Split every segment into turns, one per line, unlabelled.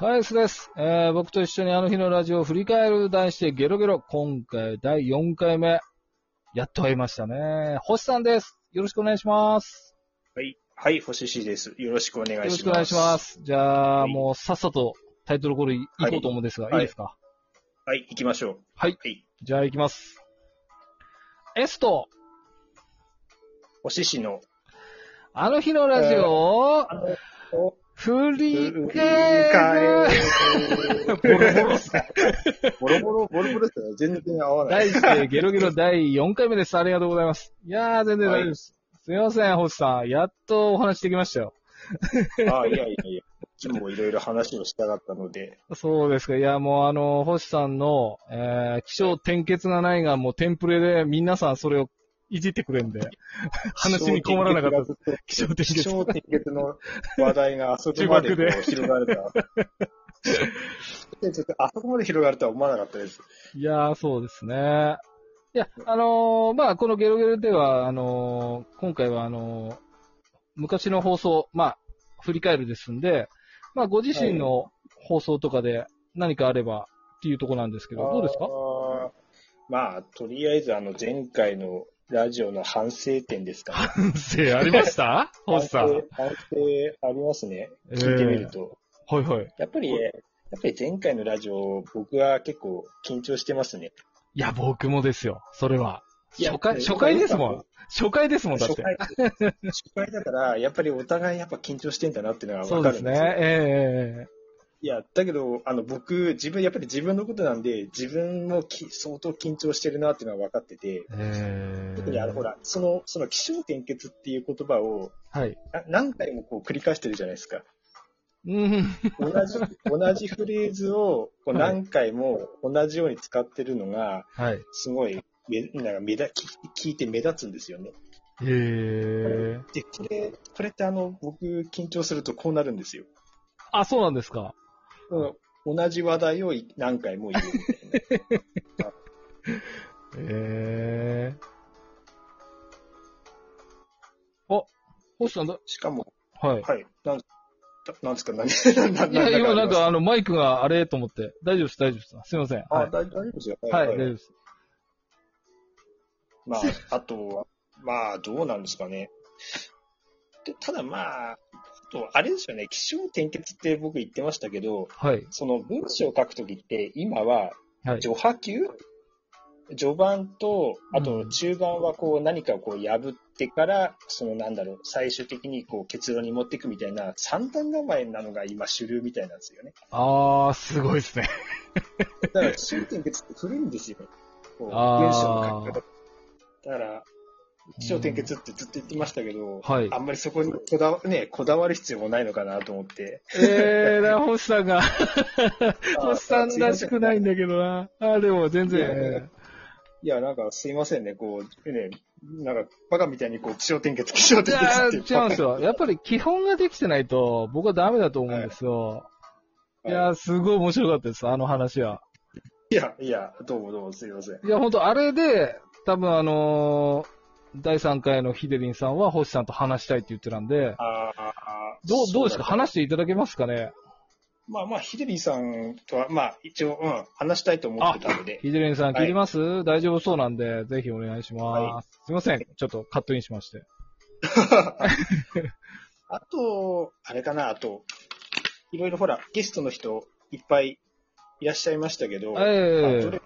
林です。えー僕と一緒にあの日のラジオを振り返る題してゲロゲロ。今回第4回目。やっと会いましたね。星さんです。よろしくお願いします。
はい。はい、星 C です。よろしくお願いし
よ
ま
ろ
す。
しくお願いしま。す。じゃあ、
はい
もうさっさとタイトルコールいこうと思うんですが、、
はいい
いですか、
はい、行きましょう。
はい
はい。
じゃあ行きます。S と、
星 C の、
あの日のラジオを
お、
振り
う
返る。ボロボロっすね。
ボロボロ、ボロボロですね。全然合わない。
題して、ゲロゲロ第4回目です。ありがとうございます。いやー、全然大丈夫です。すいません、星さん。やっとお話できましたよ。
ああ、いやいやいや。こっちもいろいろ話をしたかったので、
そうですか。いや、もうあの、星さんの、えー、気象転結がないが、もうテンプレで皆さんそれをいじってくれん で、話に困らなかったです。
た。
気象転
気
結。
象転結の話題があそこまでこ
呪縛
う広がる とは。でちょっとあそこまで広がるとは思わなかったです。
いやー、そうですね。いや、あのーまあ、このゲロゲロでは、あのー今回は、あのー昔の放送、まあ、振り返るですんで、まあ、ご自身の放送とかで何かあればっていうところなんですけど、どうですか
あーまあ、とりあえずあの前回のラジオの反省点で すかね。
反省ありました星さん。
反省反省ありますね。
えー
聞いてみると。
はいはい。
やっぱり、やっぱり前回のラジオ、僕は結構緊張してますね。
いや、僕もですよ。それは。
いや
初回、
えー
初回ですもん。初回ですもん、だっ
初
て。
回、初回だから、やっぱりお互いやっぱ緊張してんだなっていうのが
そ
わ
う
か
です
るん
ね。
で
え
すよ。
ええ
いや、だけど、あの、僕、自分、やっぱり自分のことなんで、自分もき相当緊張してるなっていうのは分かってて、
えええ
特にあの、ほら、その、その、気象転結っていう言葉を、
はい。
な何回もこう繰り返してるじゃないですか。
うん。
同じ、 同じフレーズを、こう
はい
何回も同じように使ってるのが、
はい。
すごい、めなんか目だ聞聞いて目立つんですよね。
へえ。
で、これ、これってあの、僕、緊張するとこうなるんですよ。
あ、そうなんですか。
同じ話題をい何回も言うみたいな。
へえ。あ、星さんだ、
しかも、
はい。
はい。なん、だなんですか、何、 何、何、
いや、今なんか
あ
あの、マイクがあれと思って。大丈夫です、大丈夫です。すいません。
あ、
はい。
大大丈夫ですよ。
はい、大丈夫です。
まあ、あとは、まあ、どうなんですかね。でただまあ、あとあれですよね、気象転結って僕言ってましたけど、
はい。
その文章を書くときって、今は
はい。
序波球序盤と、あ
う
と
ん
中盤はこう何かをこう破ってから、そのなんだろう、最終的にこう結論に持っていくみたいな、三段構えなのが今主流みたいなんですよね。
あー、すごいですね。
だから、終点結って古いんですよ。こう
あー
文章の書き方。だから、気象点結ってずっと言ってましたけど、
はい
あ。んまりそこにこだわ,、ね、こだわる必要もないのかなと思って。
えー、な、星さんが、星さんらしくないんだけどな。あ、でも全然。
いやいや
え
いや、なんかすいませんね、こう、ね、なんかバカみたいにこう気象点結、気象
ーい
点結
やー、
って
違
いう。
うんですよ。やっぱり基本ができてないと、僕はダメだと思うんですよ。いやー、すごい面白かったです、あの話は。
いや、いや、どうもどうもすいません。
いや、本当あれで、多分あのー第3回のヒデリンさんは星さんと話したいって言ってたんで、
ああ、
どう、どうですか
そだ
話していただけますかね
まあまあ、ヒデリーさんとは、まあ一応、うん、話したいと思ってたので。
ヒデリンさん
はい
聞いてます、大丈夫そうなんで、ぜひお願いします。すいません。ちょっとカットインしまして。
あと、あれかな、あと、いろいろほら、ゲストの人いっぱいいらっしゃいましたけど、まあ
え
どれ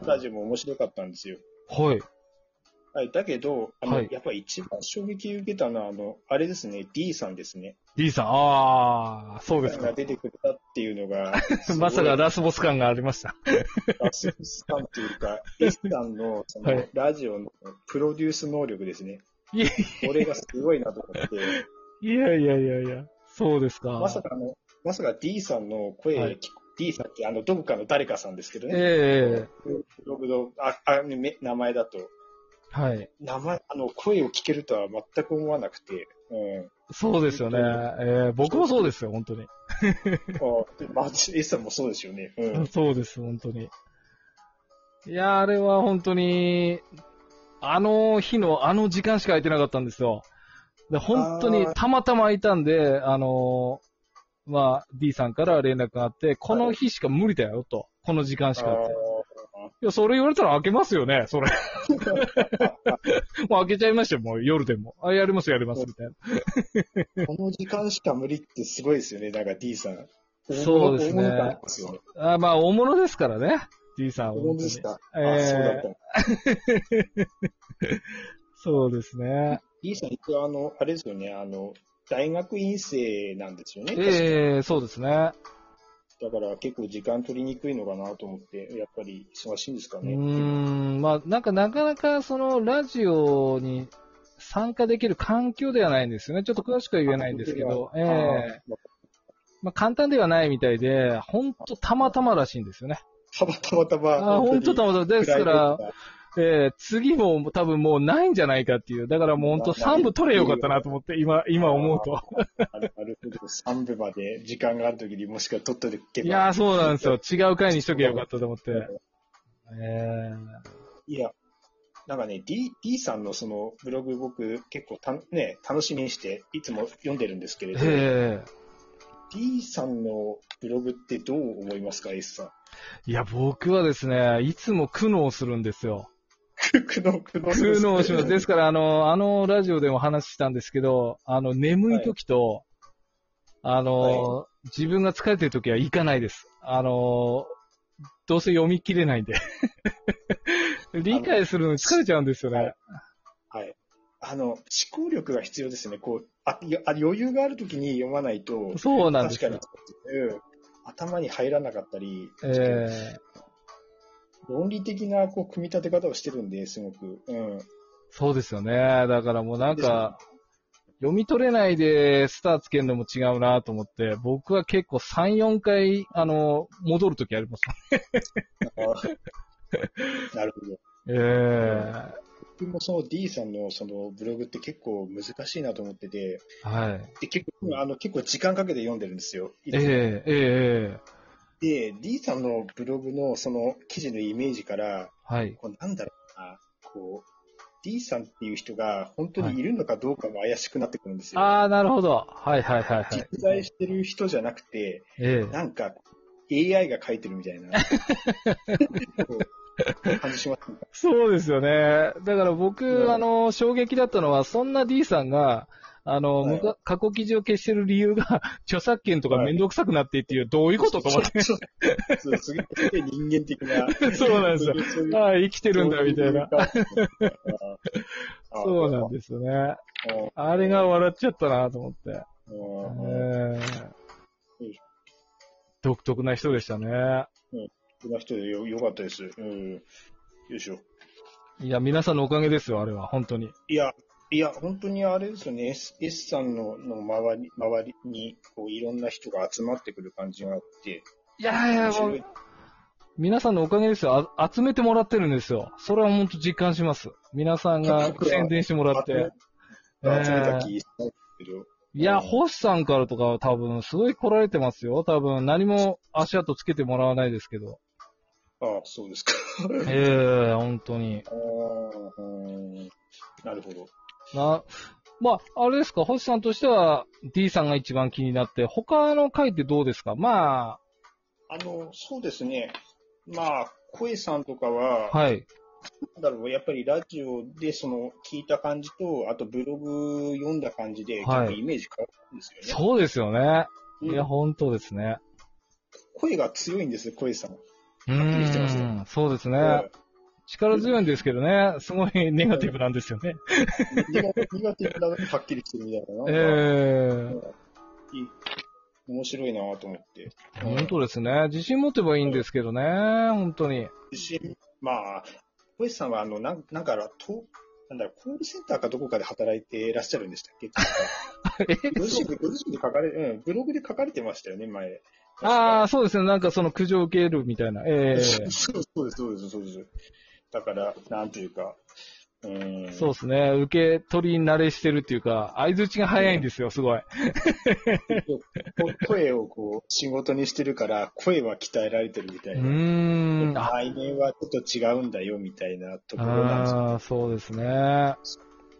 のラジオも面白かったんですよ。
えはい。
はい、だけど、あの、
はい
やっぱり一番衝撃受けたのは、あの、あれですね、D さんですね。
D さん、ああ、そうです
が
か。、
出てくれたっていうのが
まさかラスボス感がありました。
ラスさんというか、エスさんのそ
は
の
い
ラジオのプロデュース能力ですね。
いや
これがすごいなと 思って、
いやいやいやいや、そうですか。
まさかあの、まさか D さんの声、
はい
D さんってあのどこかの誰かさんですけどね、
え
ブログのああめ名前だと、
えはい。
名前あの声を聞けるとは全く思わなくて、うん、
そうですよね。ええ僕もそうですよ、本当に。
あでマジ S さんもそうですよね。うん
そうです、本当に。いや、あれは本当に、あの日のあの時間しか空いてなかったんですよ。で、本当に
あー
たまたま空いたんで、あのまあ、D さんから連絡があって、この日しか無理だよと。この時間しかって。いや、それ言われたら開けますよね、そ れ。もう開けちゃいましたよ、もう夜でも。あ、やります、やります、みたいな。
あーこの時間しか無理ってすごいですよね、なんか D さん。
そうですね
大物感ありますよね
あまあ、大物ですからね、D さんは
大
本
物
当
で
に。
した。あ、
えー
そうだった。
そうですね。
D さん、一応あの、あれですよね、あの、大学院生なんですよね。
ええそうですね。
だから結構時間取りにくいのかなと思って、やっぱり忙しいんですか
うー
ね。
ん、まあ、なんかなかなか、その、ラジオに参加できる環境ではないんですよね。ちょっと詳しくは言えないんですけど、ええ
あー
まあ、簡単ではないみたいで、ほんとたまたまらしいんですよね。
たまたまたま。
あーほんとたまたま。
ま
ですから、、ええ次も多分もうないんじゃないかっていう。だからもうほんと3部取れよかったなと思って、今、今思うと。
あるあるほど3部まで時間があるときにもしくは取っといけば。
いやー、そうなんですよ。違う回にしとけばよかったと思って。ええ
いや、なんかね、D, D さんのそのブログ僕結構た、ね、楽しみにしていつも読んでるんですけれど、
ええ
D さんのブログってどう思いますか、S さん。
いや、僕はですね、いつも苦悩するんですよ。
苦悩、苦悩。
苦悩します。 ですすから、あの、あのラジオでも話したんですけど、あの、眠い時と、あの、自分が疲れてる時は行かないです。あの、どうせ読み切れ ないんで。理解するのに疲れちゃうんですよね。
はい。あの、思考力が必要ですね。こう、あよあ余裕があるときに読まないと、
そうなんで
確
す
かに、
よ。
うん、頭に入らなかったり、
ええ
論理的なこう組み立て方をしてるんで、すごく。うん。
そうですよね。だからもうなんか、読み取れないでスターつけるのも違うなと思って、僕は結構3、4回、あの、戻る時あります。
なるほど。
ええ
僕もその D さんのそのブログって結構難しいなと思ってて、
はい。
で結構あの結構時間かけて読んでるんですよ。
ええええええ
で、D さんのブログのその記事のイメージから、
はい。
こうなんだろうな、こう、D さんっていう人が本当にいるのかどうかが怪しくなってくるんですよ。
ああ、なるほど。はいはいはいはい。
実在してる人じゃなくて、
ええ
なんか AI が書いてるみたいな こう感じしますね。
そうですよね。だから僕、
うん
あの、衝撃だったのは、そんな D さんが、あの、
はい
むか過去記事を消してる理由が、 著作権とかめんどくさくなってっていう、どういうことと思って。
そうそうすげえすげえ人間的な。
そうなんですよ
そういう。
ああ、生きてるんだ、みたいな。
そ
そう
うな
なん
んで
ですよね。
すよ。
あれが笑っちゃったなと思って。
うんうん
ええ独特な人でしたね。
こんな人でよよかったです。うん。よいしょ。
いや、皆さんのおかげですよ、あれは、本当に。
いや、いや、本当にあれですよね。S, S さんのの周り周りにこういろんな人が集まってくる感じがあって。
いやいや、もう、皆さんのおかげですよ。あ集めてもらってるんですよ。それは本当実感します。皆さんが宣伝してもらっ
集め
て。
集めた気しないけど。
いや、星さんからとかは多分すごい来られてますよ。多分何も足跡つけてもらわないですけど。
ああ、そうですか。
ええ本当に。
ああうんなるほど。
な、まあ、あれですか、星さんとしては D さんが一番気になって、他の回ってどうですかま
あの、そうですね。まあ、声さんとかは、
あ、はい。
なんだろう、やっぱりラジオでその聞いた感じと、あとブログ読んだ感じで、結
はい
構イメージ変わるんですよね。
そうですよね。
うん
いや、本当ですね。
声が強いんですよ、声さん。
う
っきりしてますよ
ん、そうですね。力強いんですけどね、すごいネガティブなんですよね。
苦手苦手なのにはっきりしてるみたいな。
ええ
面白いなぁと思って。
本当ですね。自信持てばいいんですけどね、本当に。
自信、まあ、声さんは、あの、なんなんかと、なんだろう、コールセンターかどこかで働いていらっしゃるんでしたっ けご自身で、ご自身で書かれ、うん、ブログで書かれてましたよね、前。
ああ、そうですね。なんかその苦情を受けるみたいな。ええ
そうそうです、そうです、そうです。だから、なんというか、うーん。
そうですね。受け取り慣れしてるっていうか、相槌が早いんですよ、すごい。
声をこう、仕事にしてるから、声は鍛えられてるみた
う
いな。
ーん。あ
来年はちょっと違うんだよ、みたいなところなんですよ。
あー、そうですね。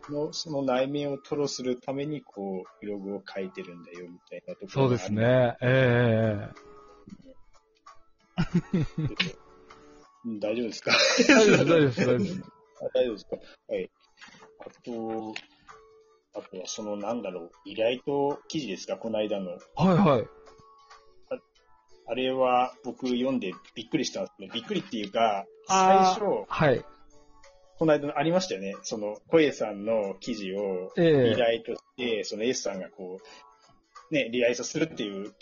の、その内面を吐露するために、こう、ブログを書いてるんだよ、みたいなところ
そうです。ね。 え
うん大丈夫ですか
え大丈夫です、大丈夫です、大丈夫 です。
あ大丈夫ですかはい。あと、あとはそのなんだろう、依頼と記事ですかこの間の。
はいはい。
あれは僕読んでびっくりしたんですね。びっくりっていうか、最
あー
初、
はい。
この間のありましたよね。その、小江さんの記事を
え
依
え
頼として、その S さんがこう、ね、リライトするっていう、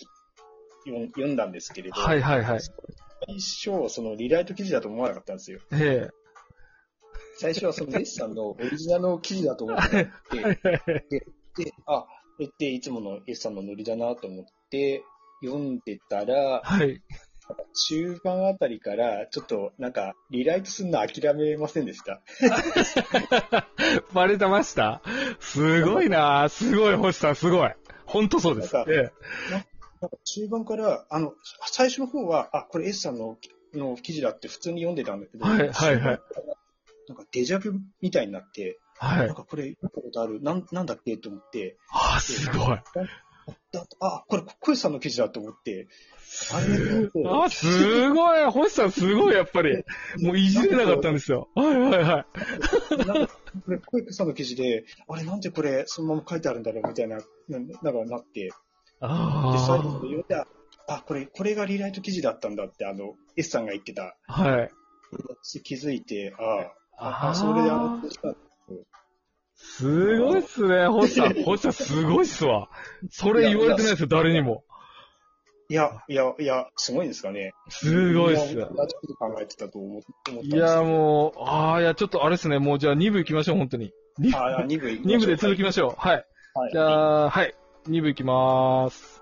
読ん読んだんですけれど、
はいはいはい。
最初、そのリライト記事だと思わなかったんですよ。
え
最初はその S さんのオリジナルの記事だと思って、
えはいはいはい。
で、あ、これっていつもの S さんのノリだなと思って、読んでたら、
はい。
中盤あたりから、ちょっとなんか、リライトするの諦めませんでした。
バレてましたすごいなすごい、星さん、すごい。本当そうです。
なんか
え
なんか中盤から、あの、最初の方は、あ、これ S さんのの記事だって普通に読んでたんだけど、
はいはいはい
なんかデジャブみたいになって、
えはい
なん。かこれ見たことある、なんなんだっけって思って、
あ、すごい。
だあ、これ小石さんの記事だと思って、あれ
あ、すごい。星さん、すごい、やっぱり。もういじれなかったんですよ。はいはいはい。
なんかこれ、小池さんの記事で、あれ、なんでこれ、そのまま書いてあるんだろうみたいな、ななんかなって、で、最後
あ
に読んで、あ、あこれ、これがリライト記事だったんだって、あの、S さんが言ってた。
あ。はい。
気づいて、ああ、
あ
あそれであの
あ。、すごいっすね、星さん。星さん、すごいっすわ。それ言われてないですよ、誰にも。
いや、いや、いや、すごいんですかね。
すごいっす
みんな。同じこと考えてたと思思ったんです
い
けど
や、もう、ああ、いや、ちょっとあれっすね。もう、じゃあ2部行きましょう、本当に。
ああ、2部行きまし
2
ょう
部で続きましょう。はい。
はい
じゃあ、はい。2部行きまーす。